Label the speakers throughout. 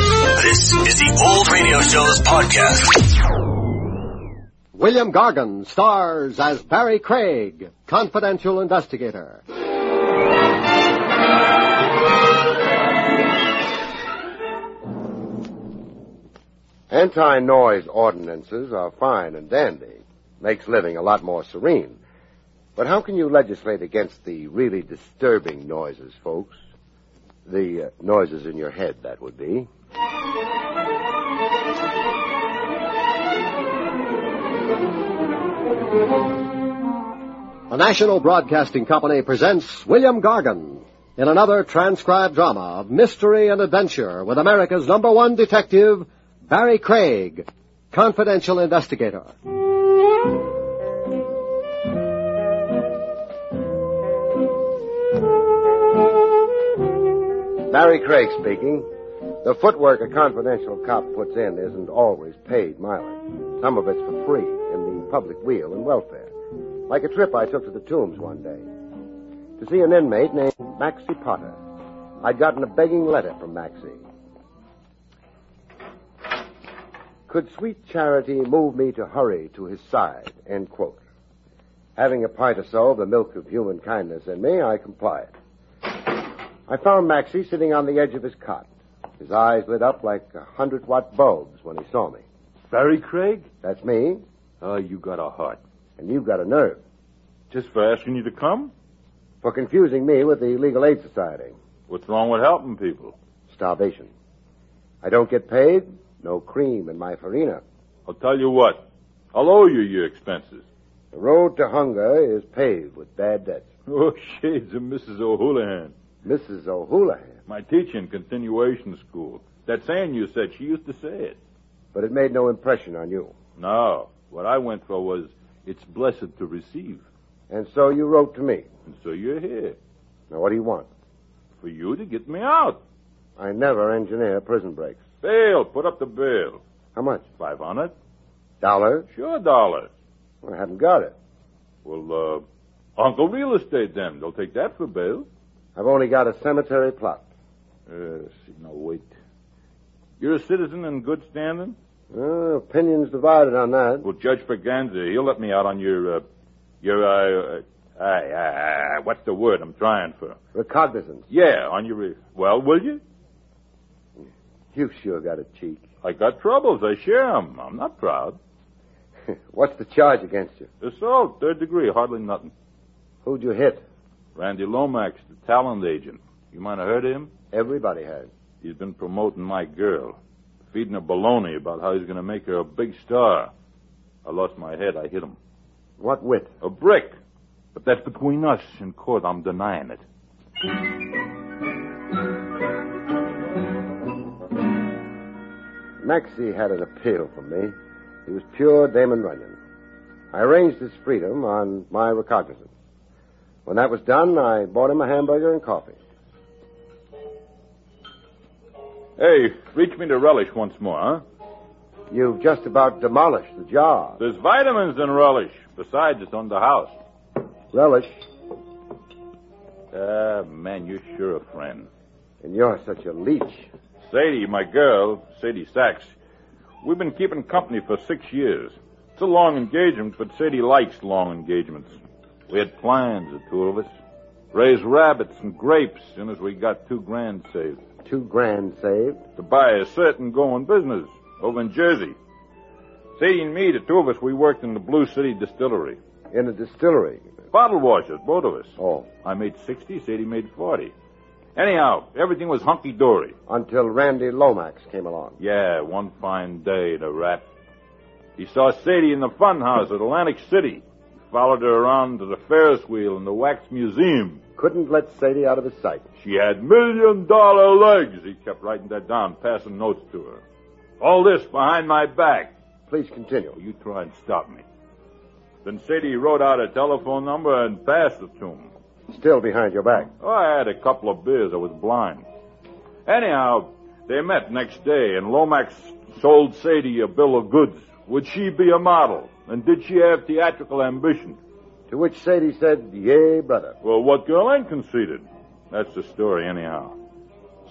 Speaker 1: This is the Old Radio Show's podcast.
Speaker 2: William Gargan stars as Barry Craig, confidential investigator.
Speaker 3: Anti-noise ordinances are fine and dandy. Makes living a lot more serene. But how can you legislate against the really disturbing noises, folks? The uh, noises in your head, that would be.
Speaker 2: The National Broadcasting Company presents William Gargan in another transcribed drama of mystery and adventure with America's number one detective, Barry Craig, confidential investigator.
Speaker 3: Barry Craig speaking. The footwork a confidential cop puts in isn't always paid mileage. Some of it's for free in the public weal and welfare. Like a trip I took to the tombs one day to see an inmate named Maxie Potter. I'd gotten a begging letter from Maxie. Could sweet charity move me to hurry to his side? End quote. Having a pint or so of the milk of human kindness in me, I complied. I found Maxie sitting on the edge of his cot. His eyes lit up like a hundred watt bulbs when he saw me.
Speaker 4: Barry Craig?
Speaker 3: That's me,
Speaker 4: Oh, you got a heart.
Speaker 3: and you've got a nerve
Speaker 4: Just for asking you to come?
Speaker 3: for confusing me with the Legal Aid Society.
Speaker 4: What's wrong with helping people?
Speaker 3: Starvation. I don't get paid, no cream in my farina.
Speaker 4: I'll tell you what. I'll owe you your expenses.
Speaker 3: The road to hunger is paved with bad debts.
Speaker 4: Oh, shades of Mrs. O'Houlihan.
Speaker 3: Mrs. O'Houlihan,
Speaker 4: My teacher in continuation school. That saying you said, she used to say it.
Speaker 3: but it made no impression on you.
Speaker 4: No. What I went for was, it's blessed to receive.
Speaker 3: And so you wrote to me.
Speaker 4: And so you're here.
Speaker 3: Now, what do you want?
Speaker 4: For you to get me out.
Speaker 3: I never engineer prison breaks.
Speaker 4: Bail. Put up the bail.
Speaker 3: How much?
Speaker 4: Five hundred?
Speaker 3: Dollar?
Speaker 4: Sure, dollar.
Speaker 3: Well, I haven't got it.
Speaker 4: Well, uh, Uncle Real Estate then. They'll take that for bail.
Speaker 3: I've only got a cemetery plot.
Speaker 4: Uh, see, no, wait. You're a citizen in good standing?
Speaker 3: Uh, opinions divided on that.
Speaker 4: Well, Judge Braganza, he'll let me out on your, uh, your, uh, uh, aye, aye, aye, what's the word I'm trying for?
Speaker 3: Recognizance.
Speaker 4: Yeah, on your, well, will you?
Speaker 3: You've sure got a cheek.
Speaker 4: I got troubles. I share 'em. I'm not proud.
Speaker 3: What's the charge against you?
Speaker 4: Assault, third degree, hardly nothing.
Speaker 3: Who'd you hit?
Speaker 4: Randy Lomax, the talent agent. You might have heard of him?
Speaker 3: Everybody has.
Speaker 4: He's been promoting my girl, feeding her baloney about how he's going to make her a big star. I lost my head. I hit him.
Speaker 3: What wit?
Speaker 4: A brick. But that's between us. In court, I'm denying it.
Speaker 3: Maxie had an appeal for me. He was pure Damon Runyon. I arranged his freedom on my recognizance. When that was done, I bought him a hamburger and coffee.
Speaker 4: Hey, reach me the relish once more, huh?
Speaker 3: You've just about demolished the jar.
Speaker 4: There's vitamins in relish. Besides, it's on the house.
Speaker 3: Relish,
Speaker 4: Ah, man, you're sure a friend.
Speaker 3: and you're such a leech.
Speaker 4: Sadie, my girl, Sadie Sachs, we've been keeping company for six years. It's a long engagement, but Sadie likes long engagements. We had plans, the two of us. Raise rabbits and grapes soon as we got two grand saved.
Speaker 3: Two grand saved.
Speaker 4: to buy a certain going business over in Jersey. Sadie and me, the two of us, we worked in the Blue City Distillery.
Speaker 3: In a distillery.
Speaker 4: Bottle washers, both of us.
Speaker 3: Oh,
Speaker 4: I made 60, Sadie made 40. Anyhow, everything was hunky-dory.
Speaker 3: until Randy Lomax came along.
Speaker 4: Yeah, one fine day, the rat. He saw Sadie in the fun house at Atlantic City. He followed her around to the Ferris wheel and the Wax Museum.
Speaker 3: Couldn't let Sadie out of his sight.
Speaker 4: She had million dollar legs. He kept writing that down, passing notes to her. All this behind my back.
Speaker 3: Please continue.
Speaker 4: Well, you try and stop me. Then Sadie wrote out a telephone number and passed it to him.
Speaker 3: Still behind your back.
Speaker 4: Oh, I had a couple of beers. I was blind. Anyhow, they met next day, and Lomax sold Sadie a bill of goods. Would she be a model? And did she have theatrical ambition?
Speaker 3: To which Sadie said, Yea, brother.
Speaker 4: Well, what girl ain't conceited? That's the story, anyhow.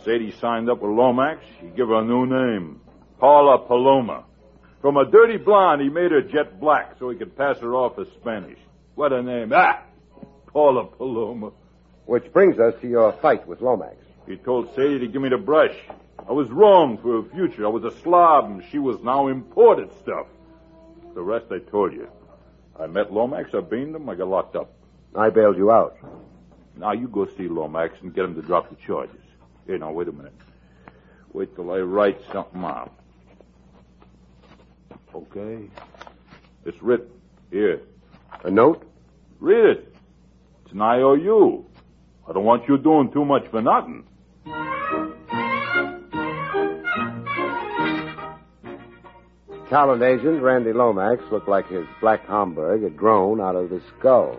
Speaker 4: Sadie signed up with Lomax. He gave her a new name, Paula Paloma. From a dirty blonde, he made her jet black so he could pass her off as Spanish. What a name. Ah! Paula Paloma.
Speaker 3: Which brings us to your fight with Lomax.
Speaker 4: He told Sadie to give me the brush. I was wrong for her future. I was a slob, and she was now imported stuff. The rest I told you. I met Lomax, I beamed him, I got locked up.
Speaker 3: I bailed you out.
Speaker 4: Now you go see Lomax and get him to drop the charges. Here, now, wait a minute. Wait till I write something out. Okay. It's written. Here.
Speaker 3: A note?
Speaker 4: Read it. It's an IOU. I don't want you doing too much for nothing.
Speaker 3: Talent agent Randy Lomax looked like his black Homburg had grown out of his skull.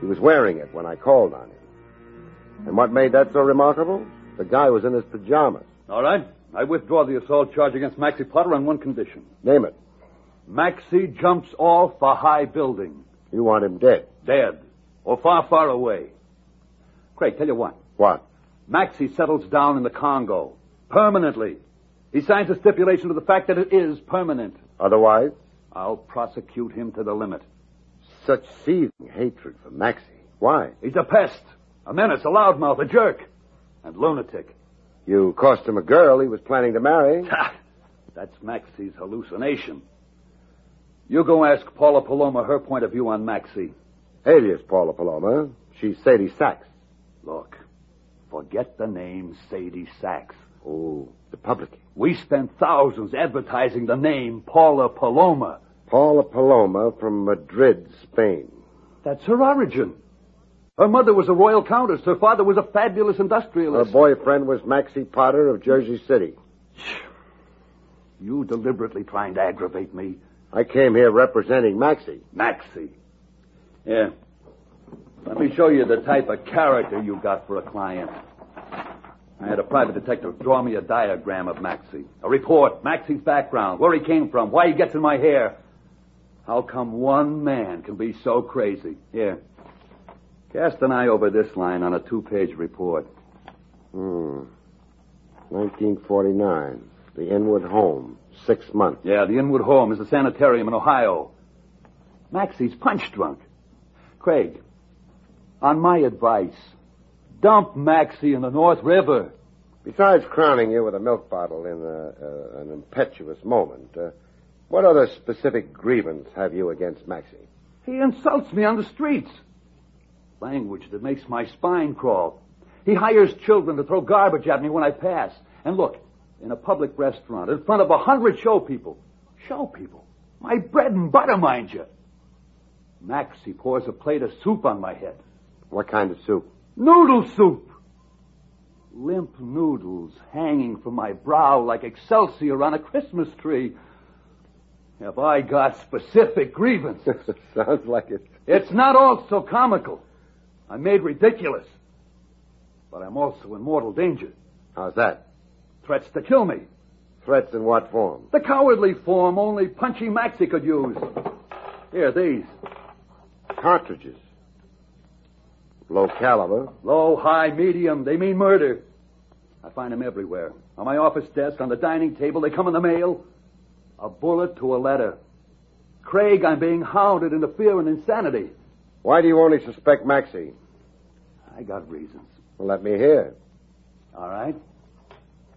Speaker 3: He was wearing it when I called on him. And what made that so remarkable? The guy was in his pajamas.
Speaker 5: All right. I withdraw the assault charge against Maxie Potter on one condition.
Speaker 3: Name it.
Speaker 5: Maxie jumps off a high building.
Speaker 3: You want him dead.
Speaker 5: Dead. Or far, far away. Craig, tell you what.
Speaker 3: What?
Speaker 5: Maxie settles down in the Congo. Permanently. He signs a stipulation to the fact that it is permanent.
Speaker 3: Otherwise?
Speaker 5: I'll prosecute him to the limit.
Speaker 3: Such seething hatred for Maxie. Why?
Speaker 5: He's a pest, a menace, a loudmouth, a jerk, and lunatic.
Speaker 3: You cost him a girl he was planning to marry.
Speaker 5: Ha! That's Maxie's hallucination. You go ask Paula Paloma her point of view on Maxie.
Speaker 3: Alias Paula Paloma. She's Sadie Sachs.
Speaker 5: Look, forget the name Sadie Sachs.
Speaker 3: Oh, the public.
Speaker 5: We spent thousands advertising the name Paula Paloma.
Speaker 3: Paula Paloma from Madrid, Spain.
Speaker 5: That's her origin. Her mother was a royal countess. Her father was a fabulous industrialist.
Speaker 3: Her boyfriend was Maxie Potter of Jersey City.
Speaker 5: You deliberately trying to aggravate me.
Speaker 3: I came here representing Maxie.
Speaker 5: Maxie. Yeah. Let me show you the type of character you got for a client. I had a private detective draw me a diagram of Maxie. A report, Maxie's background, where he came from, why he gets in my hair. How come one man can be so crazy? Here. Cast an eye over this line on a two page report.
Speaker 3: Hmm. 1949. The Inwood Home. Six months.
Speaker 5: Yeah, the Inwood Home is a sanitarium in Ohio. Maxie's punch drunk. Craig, on my advice, dump Maxie in the North River.
Speaker 3: Besides crowning you with a milk bottle in a, uh, an impetuous moment, uh, what other specific grievance have you against Maxie?
Speaker 5: He insults me on the streets. Language that makes my spine crawl. He hires children to throw garbage at me when I pass. And look, in a public restaurant, in front of a hundred show people. Show people? My bread and butter, mind you. Maxie pours a plate of soup on my head.
Speaker 3: What kind of soup?
Speaker 5: Noodle soup! Limp noodles hanging from my brow like excelsior on a Christmas tree. Have I got specific grievances?
Speaker 3: Sounds like it.
Speaker 5: It's not all so comical. I'm made ridiculous. But I'm also in mortal danger.
Speaker 3: How's that?
Speaker 5: Threats to kill me.
Speaker 3: Threats in what form?
Speaker 5: The cowardly form only Punchy Maxie could use. Here, these.
Speaker 3: Cartridges. Low caliber.
Speaker 5: Low, high, medium. They mean murder. I find them everywhere. On my office desk, on the dining table. They come in the mail. A bullet to a letter. Craig, I'm being hounded into fear and insanity.
Speaker 3: Why do you only suspect Maxie?
Speaker 5: I got reasons.
Speaker 3: Well, let me hear.
Speaker 5: All right.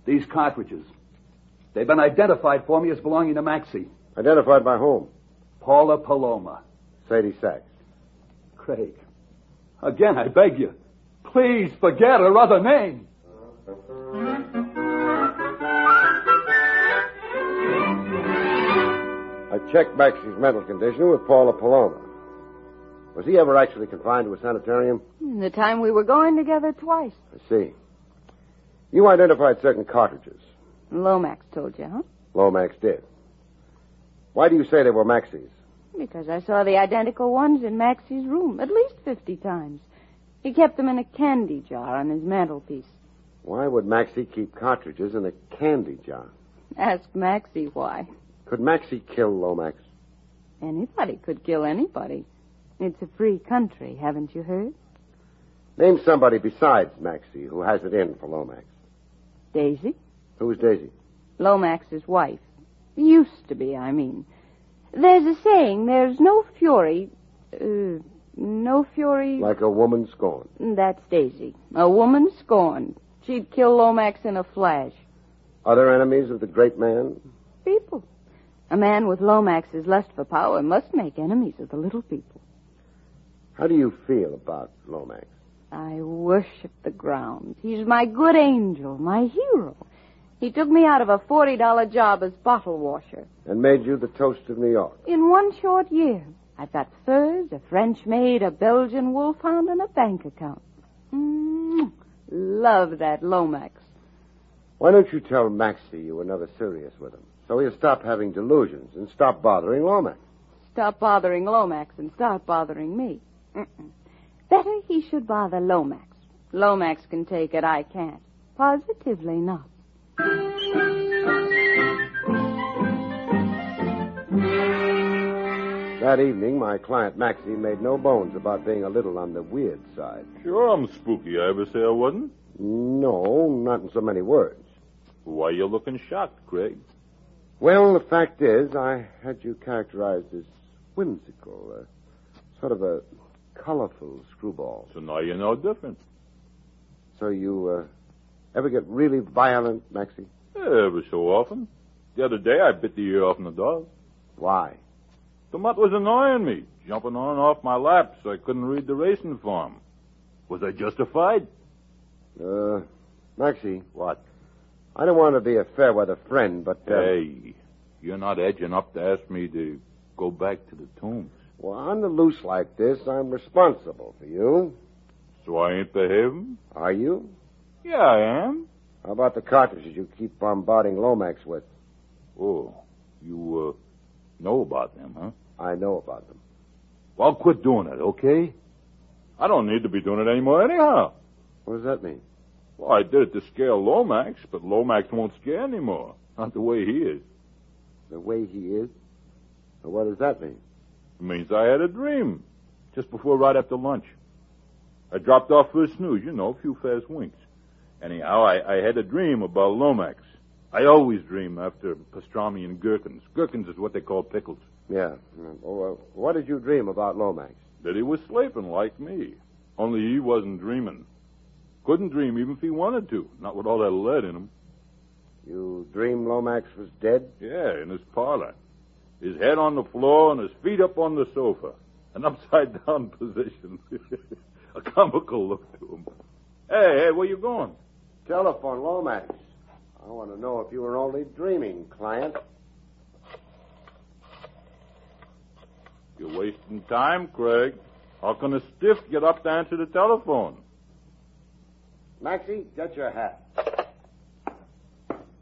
Speaker 5: These cartridges. They've been identified for me as belonging to Maxie.
Speaker 3: Identified by whom?
Speaker 5: Paula Paloma.
Speaker 3: Sadie Sachs.
Speaker 5: Craig. Again, I beg you, please forget her other name.
Speaker 3: I checked Maxie's mental condition with Paula Paloma. Was he ever actually confined to a sanitarium?
Speaker 6: The time we were going together twice.
Speaker 3: I see. You identified certain cartridges.
Speaker 6: Lomax told you, huh?
Speaker 3: Lomax did. Why do you say they were Maxie's?
Speaker 6: Because I saw the identical ones in Maxie's room at least 50 times. He kept them in a candy jar on his mantelpiece.
Speaker 3: Why would Maxie keep cartridges in a candy jar?
Speaker 6: Ask Maxie why.
Speaker 3: Could Maxie kill Lomax?
Speaker 6: Anybody could kill anybody. It's a free country, haven't you heard?
Speaker 3: Name somebody besides Maxie who has it in for Lomax.
Speaker 7: Daisy.
Speaker 3: Who's Daisy?
Speaker 7: Lomax's wife. Used to be, I mean. There's a saying, there's no fury. Uh, no fury.
Speaker 3: Like a woman scorned.
Speaker 7: That's Daisy. A woman scorned. She'd kill Lomax in a flash.
Speaker 3: Other enemies of the great man?
Speaker 7: People. A man with Lomax's lust for power must make enemies of the little people.
Speaker 3: How do you feel about Lomax?
Speaker 7: I worship the ground. He's my good angel, my hero. He took me out of a $40 job as bottle washer.
Speaker 3: And made you the toast of New York.
Speaker 7: In one short year, I've got furs, a French maid, a Belgian wolfhound, and a bank account. Mm, love that Lomax.
Speaker 3: Why don't you tell Maxie you were never serious with him? So he'll stop having delusions and stop bothering Lomax.
Speaker 7: Stop bothering Lomax and start bothering me. Mm-mm. Better he should bother Lomax. Lomax can take it, I can't. Positively not.
Speaker 3: That evening, my client Maxie made no bones about being a little on the weird side.
Speaker 4: Sure, I'm spooky. I ever say I wasn't?
Speaker 3: No, not in so many words.
Speaker 4: Why, you're looking shocked, Craig.
Speaker 3: Well, the fact is, I had you characterized as whimsical, uh, sort of a colorful screwball.
Speaker 4: So now you know different.
Speaker 3: So you uh, ever get really violent, Maxie?
Speaker 4: Ever so often. The other day, I bit the ear off in the dog.
Speaker 3: Why?
Speaker 4: The mutt was annoying me, jumping on and off my lap so I couldn't read the racing form. Was I justified?
Speaker 3: Uh, Maxie,
Speaker 4: What?
Speaker 3: I don't want to be a fair weather friend, but. Uh,
Speaker 4: Hey, you're not edging up to ask me to go back to the tombs.
Speaker 3: Well, on the loose like this, I'm responsible for you.
Speaker 4: So I ain't behaving?
Speaker 3: Are you?
Speaker 4: Yeah, I am.
Speaker 3: How about the cartridges you keep bombarding Lomax with?
Speaker 4: Oh, you, uh, know about them, huh?
Speaker 3: I know about them.
Speaker 4: Well, quit doing it, okay? I don't need to be doing it anymore anyhow.
Speaker 3: What does that mean?
Speaker 4: Well, I did it to scare Lomax, but Lomax won't scare anymore. Not the way he is.
Speaker 3: The way he is? Well, what does that mean?
Speaker 4: It means I had a dream. Just before, right after lunch. I dropped off for a snooze, you know, a few fast winks. Anyhow, I, I had a dream about Lomax. I always dream after pastrami and gherkins. Gherkins is what they call pickles.
Speaker 3: Yeah. Mm, Oh, uh, what did you dream about Lomax?
Speaker 4: That he was sleeping like me. Only he wasn't dreaming. Couldn't dream even if he wanted to. Not with all that lead in him.
Speaker 3: You dreamed Lomax was dead?
Speaker 4: Yeah, in his parlor. His head on the floor and his feet up on the sofa. An upside down position. a comical look to him. Hey, hey, where you going?
Speaker 3: Telephone Lomax. I want to know if you were only dreaming, client.
Speaker 4: You're wasting time, Craig. How can a stiff get up to answer the telephone?
Speaker 3: Maxie, get your hat.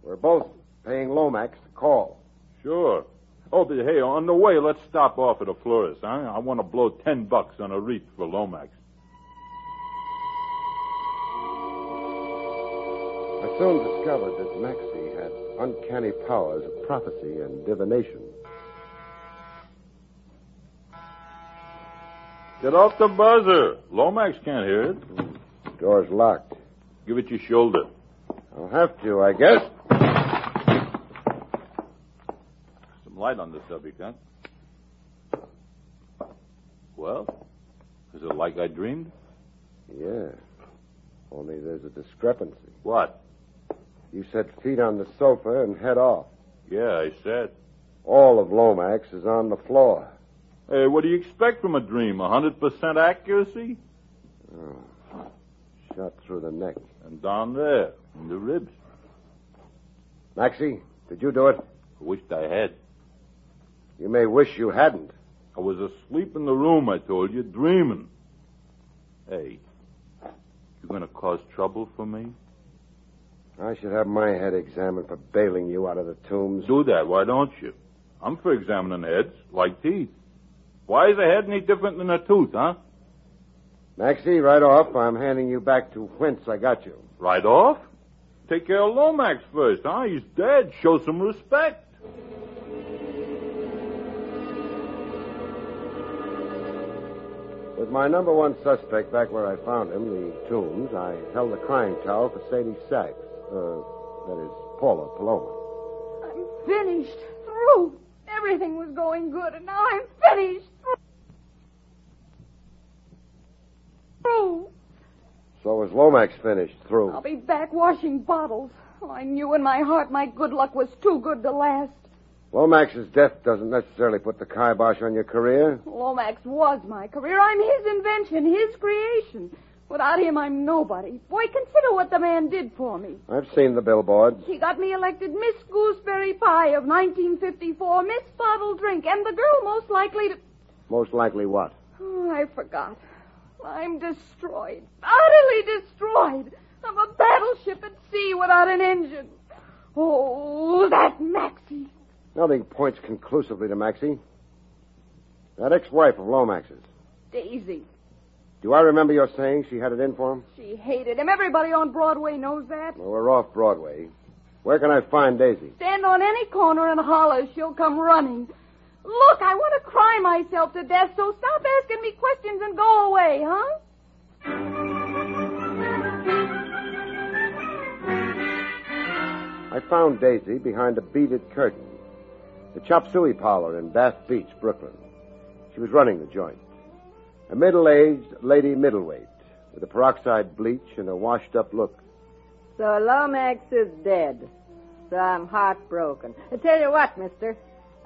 Speaker 3: We're both paying Lomax the call.
Speaker 4: Sure. Oh, but hey, on the way, let's stop off at a florist. Huh? I want to blow ten bucks on a wreath for Lomax.
Speaker 3: I soon discovered that Maxie had uncanny powers of prophecy and divination.
Speaker 4: Get off the buzzer. Lomax can't hear it.
Speaker 3: Door's locked.
Speaker 4: Give it your shoulder.
Speaker 3: I'll have to, I guess.
Speaker 4: Some light on the subject, huh? Well, is it like I dreamed?
Speaker 3: Yeah. Only there's a discrepancy.
Speaker 4: What?
Speaker 3: You said feet on the sofa and head off.
Speaker 4: Yeah, I said.
Speaker 3: All of Lomax is on the floor.
Speaker 4: Hey, what do you expect from a dream? A hundred percent accuracy?
Speaker 3: Oh, Shot through the neck.
Speaker 4: And down there, in the ribs.
Speaker 3: Maxie, did you do it?
Speaker 4: I wished I had.
Speaker 3: You may wish you hadn't.
Speaker 4: I was asleep in the room, I told you, dreaming. Hey, you gonna cause trouble for me?
Speaker 3: I should have my head examined for bailing you out of the tombs.
Speaker 4: Do that, why don't you? I'm for examining heads, like teeth. Why is a head any different than a tooth, huh?
Speaker 3: Maxie, right off, I'm handing you back to whence I got you.
Speaker 4: Right off? Take care of Lomax first, huh? He's dead. Show some respect.
Speaker 3: With my number one suspect back where I found him, the tombs, I held the crying towel for Sadie Sachs. Uh, That is Paula Paloma.
Speaker 6: I'm finished. Through. Everything was going good, and now I'm finished. Through.
Speaker 3: So was Lomax finished through.
Speaker 6: I'll be back washing bottles. Oh, I knew in my heart my good luck was too good to last.
Speaker 3: Lomax's death doesn't necessarily put the kibosh on your career.
Speaker 6: Lomax was my career. I'm his invention, his creation. Without him, I'm nobody. Boy, consider what the man did for me.
Speaker 3: I've seen the billboards.
Speaker 6: He got me elected Miss Gooseberry Pie of 1954, Miss Bottle Drink, and the girl most likely to.
Speaker 3: Most likely what?
Speaker 6: Oh, I forgot. I'm destroyed, utterly destroyed. I'm a battleship at sea without an engine. Oh, that Maxie.
Speaker 3: Nothing points conclusively to Maxie. That ex-wife of Lomax's.
Speaker 6: Daisy.
Speaker 3: Do I remember your saying she had it in for him?
Speaker 6: She hated him. Everybody on Broadway knows that.
Speaker 3: Well, we're off Broadway. Where can I find Daisy?
Speaker 6: Stand on any corner and holler, she'll come running. Look, I want to cry myself to death, so stop asking me questions and go away, huh?
Speaker 3: I found Daisy behind a beaded curtain. The Chop Suey parlor in Bath Beach, Brooklyn. She was running the joint. A middle-aged lady middleweight with a peroxide bleach and a washed-up look.
Speaker 7: So Lomax is dead. So I'm heartbroken. I tell you what, mister.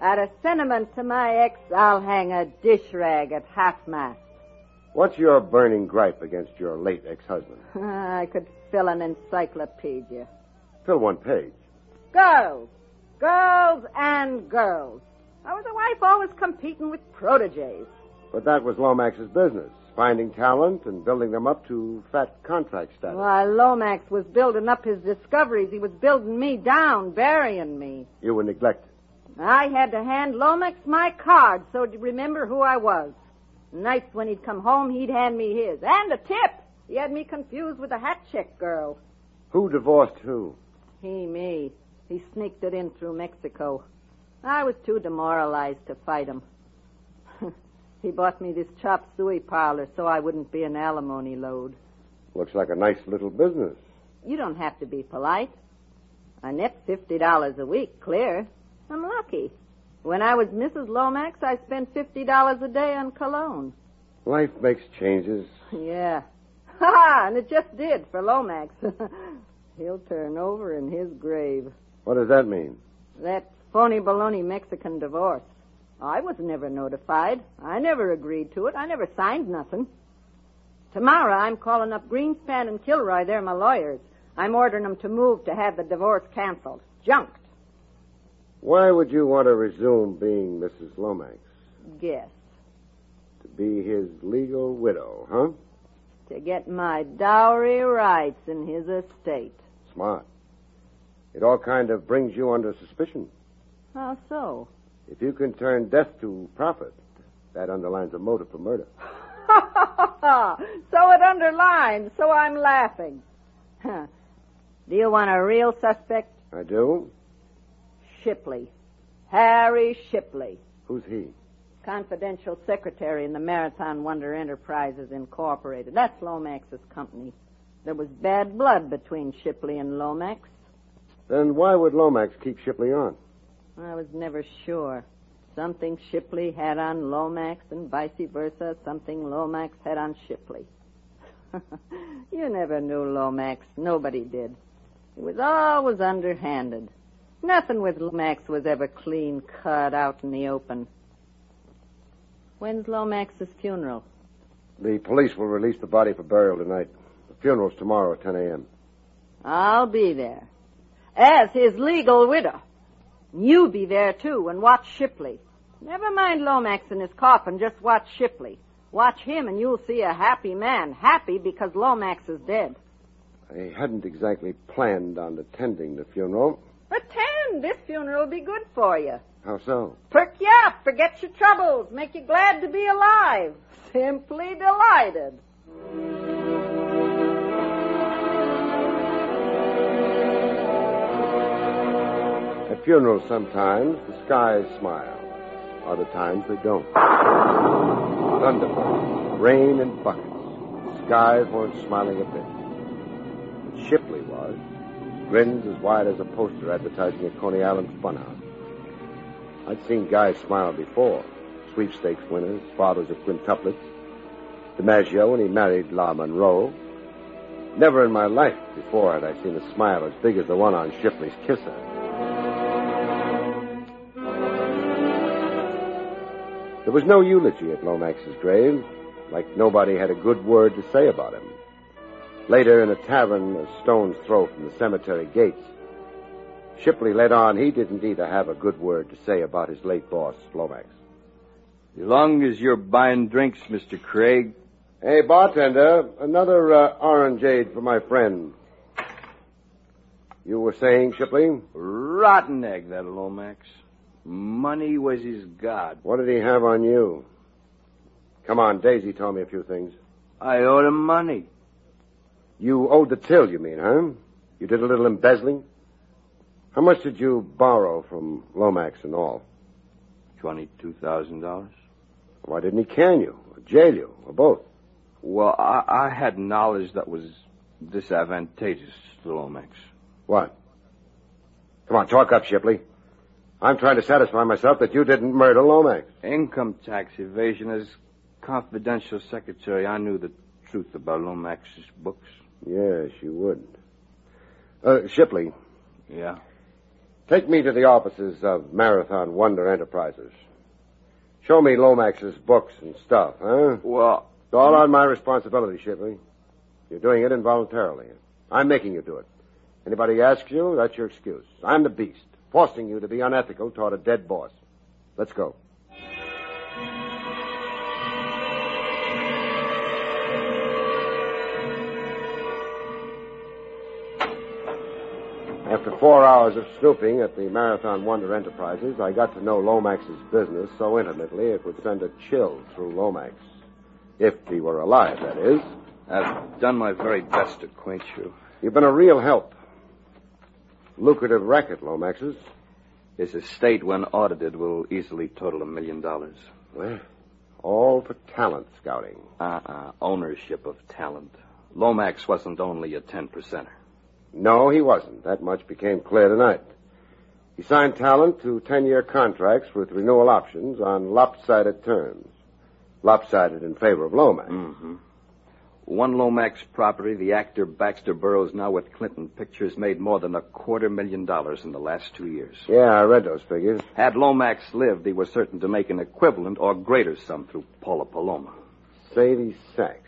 Speaker 7: Out of sentiment to my ex, I'll hang a dish rag at half mast.
Speaker 3: What's your burning gripe against your late ex-husband?
Speaker 7: I could fill an encyclopedia.
Speaker 3: Fill one page.
Speaker 7: Girls. Girls and girls. I was a wife always competing with proteges.
Speaker 3: But that was Lomax's business, finding talent and building them up to fat contract status.
Speaker 7: While Lomax was building up his discoveries, he was building me down, burying me.
Speaker 3: You were neglected.
Speaker 7: I had to hand Lomax my card so he'd remember who I was. Nights when he'd come home, he'd hand me his. And a tip! He had me confused with a hat check girl.
Speaker 3: Who divorced who?
Speaker 7: He, me. He sneaked it in through Mexico. I was too demoralized to fight him. he bought me this chop suey parlor so I wouldn't be an alimony load.
Speaker 3: Looks like a nice little business.
Speaker 7: You don't have to be polite. I net fifty dollars a week, clear. I'm lucky. When I was Mrs. Lomax, I spent fifty dollars a day on cologne.
Speaker 3: Life makes changes.
Speaker 7: Yeah. Ha ha! And it just did for Lomax. He'll turn over in his grave.
Speaker 3: What does that mean?
Speaker 7: That phony baloney Mexican divorce. I was never notified. I never agreed to it. I never signed nothing. Tomorrow I'm calling up Greenspan and Kilroy. They're my lawyers. I'm ordering them to move to have the divorce canceled. Junked.
Speaker 3: Why would you want to resume being Mrs. Lomax?
Speaker 7: Guess.
Speaker 3: To be his legal widow, huh?
Speaker 7: To get my dowry rights in his estate.
Speaker 3: Smart. It all kind of brings you under suspicion.
Speaker 7: How so?
Speaker 3: If you can turn death to profit, that underlines a motive for murder.
Speaker 7: so it underlines, so I'm laughing. Huh. Do you want a real suspect?
Speaker 3: I do.
Speaker 7: Shipley. Harry Shipley,
Speaker 3: Who's he?
Speaker 7: confidential secretary in the Marathon Wonder Enterprises Incorporated. That's Lomax's company. There was bad blood between Shipley and Lomax.
Speaker 3: Then why would Lomax keep Shipley on?
Speaker 7: I was never sure. Something Shipley had on Lomax and vice versa, something Lomax had on Shipley. you never knew Lomax. Nobody did. He was always underhanded. Nothing with Lomax was ever clean cut out in the open. When's Lomax's funeral?
Speaker 3: The police will release the body for burial tonight. The funeral's tomorrow at 10 a.m.
Speaker 7: I'll be there. As his legal widow. You be there too and watch Shipley. Never mind Lomax in his coffin, just watch Shipley. Watch him and you'll see a happy man. Happy because Lomax is dead.
Speaker 3: I hadn't exactly planned on attending the funeral.
Speaker 7: Attend! This funeral will be good for you.
Speaker 3: How so?
Speaker 7: Perk you up, forget your troubles, make you glad to be alive. Simply delighted.
Speaker 3: At funerals, sometimes the skies smile. Other times they don't. Thunderbirds, rain in buckets. The skies weren't smiling a bit. But Shipley was. grins as wide as a poster advertising a Coney Island funhouse. I'd seen guys smile before. Sweepstakes winners, fathers of quintuplets. DiMaggio when he married La Monroe. Never in my life before had I seen a smile as big as the one on Shipley's kisser. There was no eulogy at Lomax's grave, like nobody had a good word to say about him. Later, in a tavern a stone's throw from the cemetery gates, Shipley led on he didn't either have a good word to say about his late boss, Lomax.
Speaker 8: As long as you're buying drinks, Mr. Craig.
Speaker 3: Hey, bartender, another uh, orangeade for my friend. You were saying, Shipley?
Speaker 8: Rotten egg, that Lomax. Money was his god.
Speaker 3: What did he have on you? Come on, Daisy told me a few things.
Speaker 8: I owed him money.
Speaker 3: You owed the till, you mean, huh? You did a little embezzling? How much did you borrow from Lomax and all?
Speaker 8: Twenty-two thousand dollars.
Speaker 3: Why didn't he can you, or jail you, or both?
Speaker 8: Well, I, I had knowledge that was disadvantageous to Lomax.
Speaker 3: What? Come on, talk up, Shipley. I'm trying to satisfy myself that you didn't murder Lomax.
Speaker 8: Income tax evasion. As confidential secretary, I knew the truth about Lomax's books.
Speaker 3: Yes, you would. Uh, Shipley.
Speaker 8: Yeah.
Speaker 3: Take me to the offices of Marathon Wonder Enterprises. Show me Lomax's books and stuff, huh?
Speaker 8: Well,
Speaker 3: it's all on my responsibility, Shipley. You're doing it involuntarily. I'm making you do it. Anybody asks you, that's your excuse. I'm the beast, forcing you to be unethical toward a dead boss. Let's go. After four hours of snooping at the Marathon Wonder Enterprises, I got to know Lomax's business so intimately it would send a chill through Lomax. If he were alive, that is.
Speaker 8: I've done my very best to acquaint you.
Speaker 3: You've been a real help. Lucrative racket, Lomax's.
Speaker 8: His estate, when audited, will easily total a million dollars.
Speaker 3: Well, all for talent scouting.
Speaker 8: Uh-uh. Ownership of talent. Lomax wasn't only a ten percenter.
Speaker 3: No, he wasn't. That much became clear tonight. He signed talent to 10 year contracts with renewal options on lopsided terms. Lopsided in favor of Lomax.
Speaker 8: Mm-hmm. One Lomax property, the actor Baxter Burroughs, now with Clinton Pictures, made more than a quarter million dollars in the last two years.
Speaker 3: Yeah, I read those figures.
Speaker 8: Had Lomax lived, he was certain to make an equivalent or greater sum through Paula Paloma.
Speaker 3: Sadie Sachs.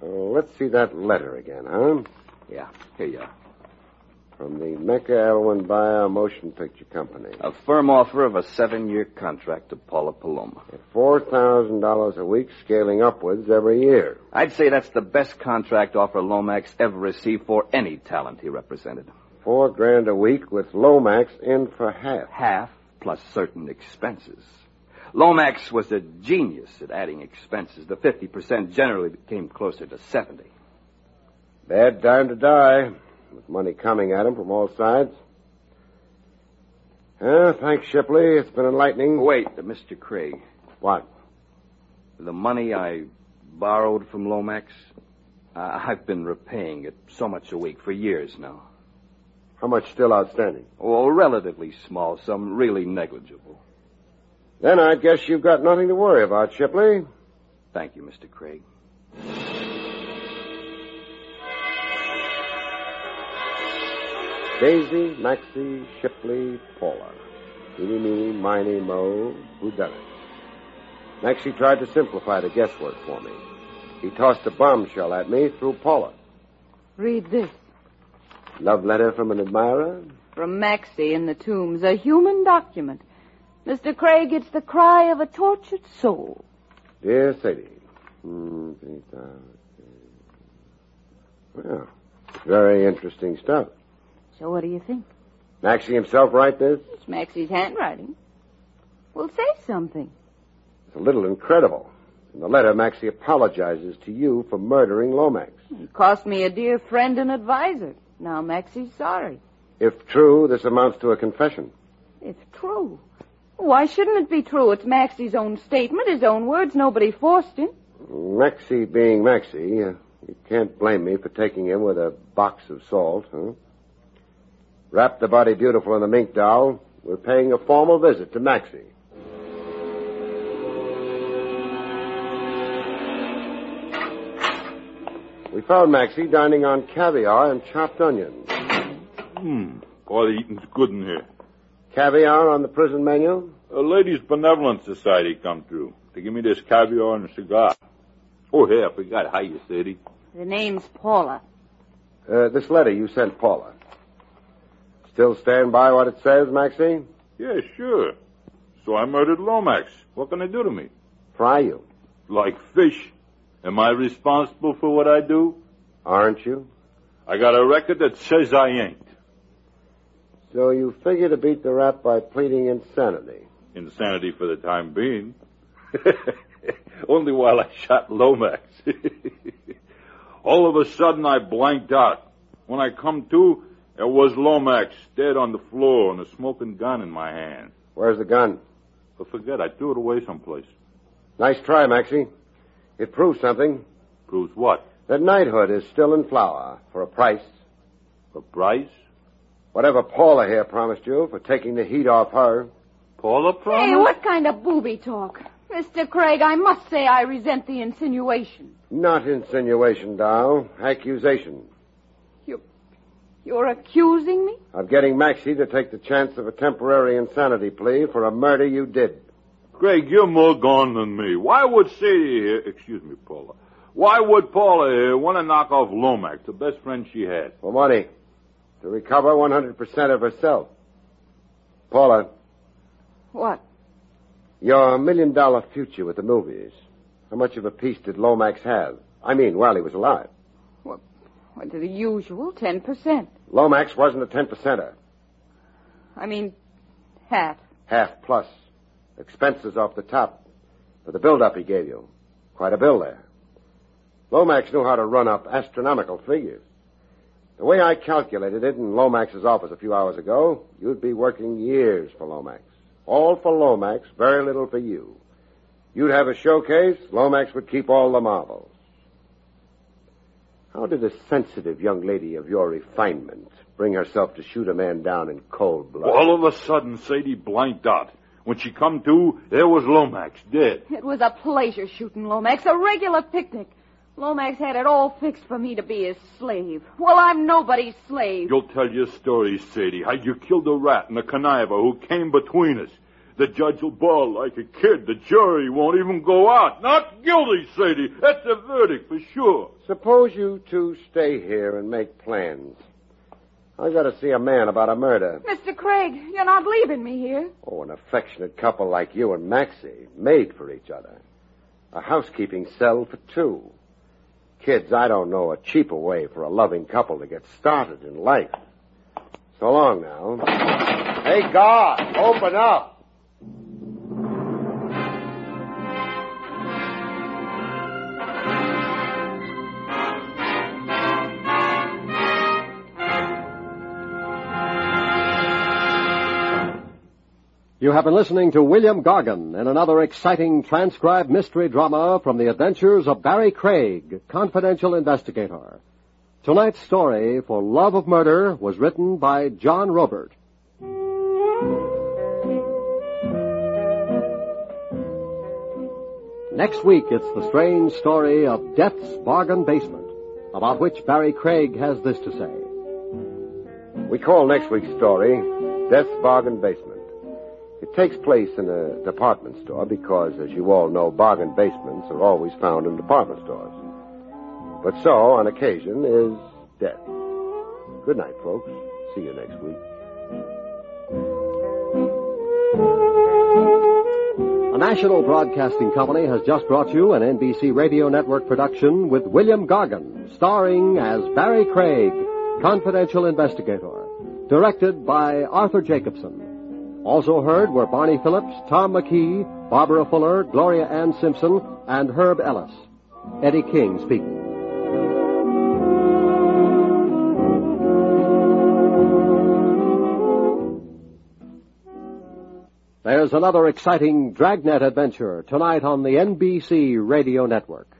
Speaker 3: Oh, let's see that letter again, huh?
Speaker 8: Yeah, here you are.
Speaker 3: From the Mecca Elwin Bayer Motion Picture Company.
Speaker 8: A firm offer of a seven year contract to Paula Paloma.
Speaker 3: At $4,000 a week, scaling upwards every year.
Speaker 8: I'd say that's the best contract offer Lomax ever received for any talent he represented.
Speaker 3: Four grand a week with Lomax in for half.
Speaker 8: Half plus certain expenses. Lomax was a genius at adding expenses. The 50% generally became closer to 70.
Speaker 3: Bad time to die, with money coming at him from all sides. Uh, thanks, Shipley. It's been enlightening.
Speaker 8: Wait, Mr. Craig.
Speaker 3: What?
Speaker 8: The money I borrowed from Lomax, uh, I've been repaying it so much a week for years now.
Speaker 3: How much still outstanding?
Speaker 8: Oh, relatively small sum, really negligible.
Speaker 3: Then I guess you've got nothing to worry about, Shipley.
Speaker 8: Thank you, Mr. Craig.
Speaker 3: Daisy, Maxie, Shipley, Paula. Eeny, meeny, miny, mo, who done it? Maxie tried to simplify the guesswork for me. He tossed a bombshell at me through Paula.
Speaker 7: Read this.
Speaker 3: Love letter from an admirer?
Speaker 7: From Maxie in the tombs, a human document. Mr. Craig, it's the cry of a tortured soul.
Speaker 3: Dear Sadie. Hmm, Well, very interesting stuff.
Speaker 7: So what do you think?
Speaker 3: Maxie himself write this?
Speaker 7: It's Maxie's handwriting. Well, say something.
Speaker 3: It's a little incredible. In the letter, Maxie apologizes to you for murdering Lomax.
Speaker 6: Hmm.
Speaker 7: It cost me a dear friend and advisor. Now Maxie's sorry.
Speaker 3: If true, this amounts to a confession.
Speaker 7: If true. Why shouldn't it be true? It's Maxie's own statement, his own words. Nobody forced him.
Speaker 3: Maxie uh, being Maxie, you can't blame me for taking him with a box of salt, huh? Wrap the body beautiful in the mink doll. We're paying a formal visit to Maxie. We found Maxie dining on caviar and chopped onion.
Speaker 4: Hmm. All the eating's good in here.
Speaker 3: Caviar on the prison menu?
Speaker 4: A ladies' benevolent society come through to give me this caviar and a cigar. Oh, hey, I forgot how you said it.
Speaker 9: The name's Paula.
Speaker 3: Uh, this letter you sent Paula. Still stand by what it says, Maxie?
Speaker 4: Yeah, sure. So I murdered Lomax. What can they do to me?
Speaker 3: Fry you.
Speaker 4: Like fish. Am I responsible for what I do?
Speaker 3: Aren't you?
Speaker 4: I got a record that says I ain't.
Speaker 3: So you figure to beat the rap by pleading insanity.
Speaker 4: Insanity for the time being. Only while I shot Lomax. All of a sudden, I blanked out. When I come to, there was Lomax dead on the floor and a smoking gun in my hand.
Speaker 3: Where's the gun?
Speaker 4: I forget. I threw it away someplace.
Speaker 3: Nice try, Maxie. It proves something.
Speaker 4: Proves what?
Speaker 3: That knighthood is still in flower for a price.
Speaker 4: For price?
Speaker 3: Whatever Paula here promised you for taking the heat off her.
Speaker 4: Paula promised?
Speaker 7: Uh-huh.
Speaker 6: Hey, what kind of booby talk? Mr. Craig, I must say I resent the insinuation.
Speaker 3: Not insinuation, Dow. Accusation.
Speaker 6: You, you're accusing me?
Speaker 3: Of getting Maxie to take the chance of a temporary insanity plea for a murder you did.
Speaker 4: Craig, you're more gone than me. Why would Sadie here, excuse me, Paula, why would Paula here want to knock off Lomax, the best friend she had?
Speaker 3: For money. To recover 100% of herself. Paula.
Speaker 6: What?
Speaker 3: Your million dollar future with the movies. How much of a piece did Lomax have? I mean, while he was alive.
Speaker 6: Well, well the usual 10%.
Speaker 3: Lomax wasn't a 10 percenter.
Speaker 6: I mean, half.
Speaker 3: Half plus. Expenses off the top. For the build-up he gave you. Quite a bill there. Lomax knew how to run up astronomical figures. The way I calculated it in Lomax's office a few hours ago, you'd be working years for Lomax. All for Lomax, very little for you. You'd have a showcase, Lomax would keep all the marbles. How did a sensitive young lady of your refinement bring herself to shoot a man down in cold blood?
Speaker 4: All of a sudden, Sadie blanked out. When she come to, there was Lomax dead.
Speaker 6: It was a pleasure shooting Lomax, a regular picnic. Lomax had it all fixed for me to be his slave. Well, I'm nobody's slave.
Speaker 4: You'll tell your story, Sadie, how you killed a rat and a conniver who came between us. The judge will bawl like a kid. The jury won't even go out. Not guilty, Sadie. That's the verdict for sure.
Speaker 3: Suppose you two stay here and make plans. I gotta see a man about a murder.
Speaker 6: Mr. Craig, you're not leaving me here.
Speaker 3: Oh, an affectionate couple like you and Maxie, made for each other. A housekeeping cell for two kids, I don't know a cheaper way for a loving couple to get started in life. So long now. Hey, God, open up!
Speaker 2: You have been listening to William Gargan in another exciting transcribed mystery drama from the adventures of Barry Craig, confidential investigator. Tonight's story, For Love of Murder, was written by John Robert. Next week, it's the strange story of Death's Bargain Basement, about which Barry Craig has this to say.
Speaker 3: We call next week's story Death's Bargain Basement. It takes place in a department store because, as you all know, bargain basements are always found in department stores. But so, on occasion, is death. Good night, folks. See you next week.
Speaker 2: A national broadcasting company has just brought you an NBC Radio Network production with William Gargan, starring as Barry Craig, confidential investigator, directed by Arthur Jacobson. Also heard were Barney Phillips, Tom McKee, Barbara Fuller, Gloria Ann Simpson, and Herb Ellis. Eddie King speaking. There's another exciting dragnet adventure tonight on the NBC Radio Network.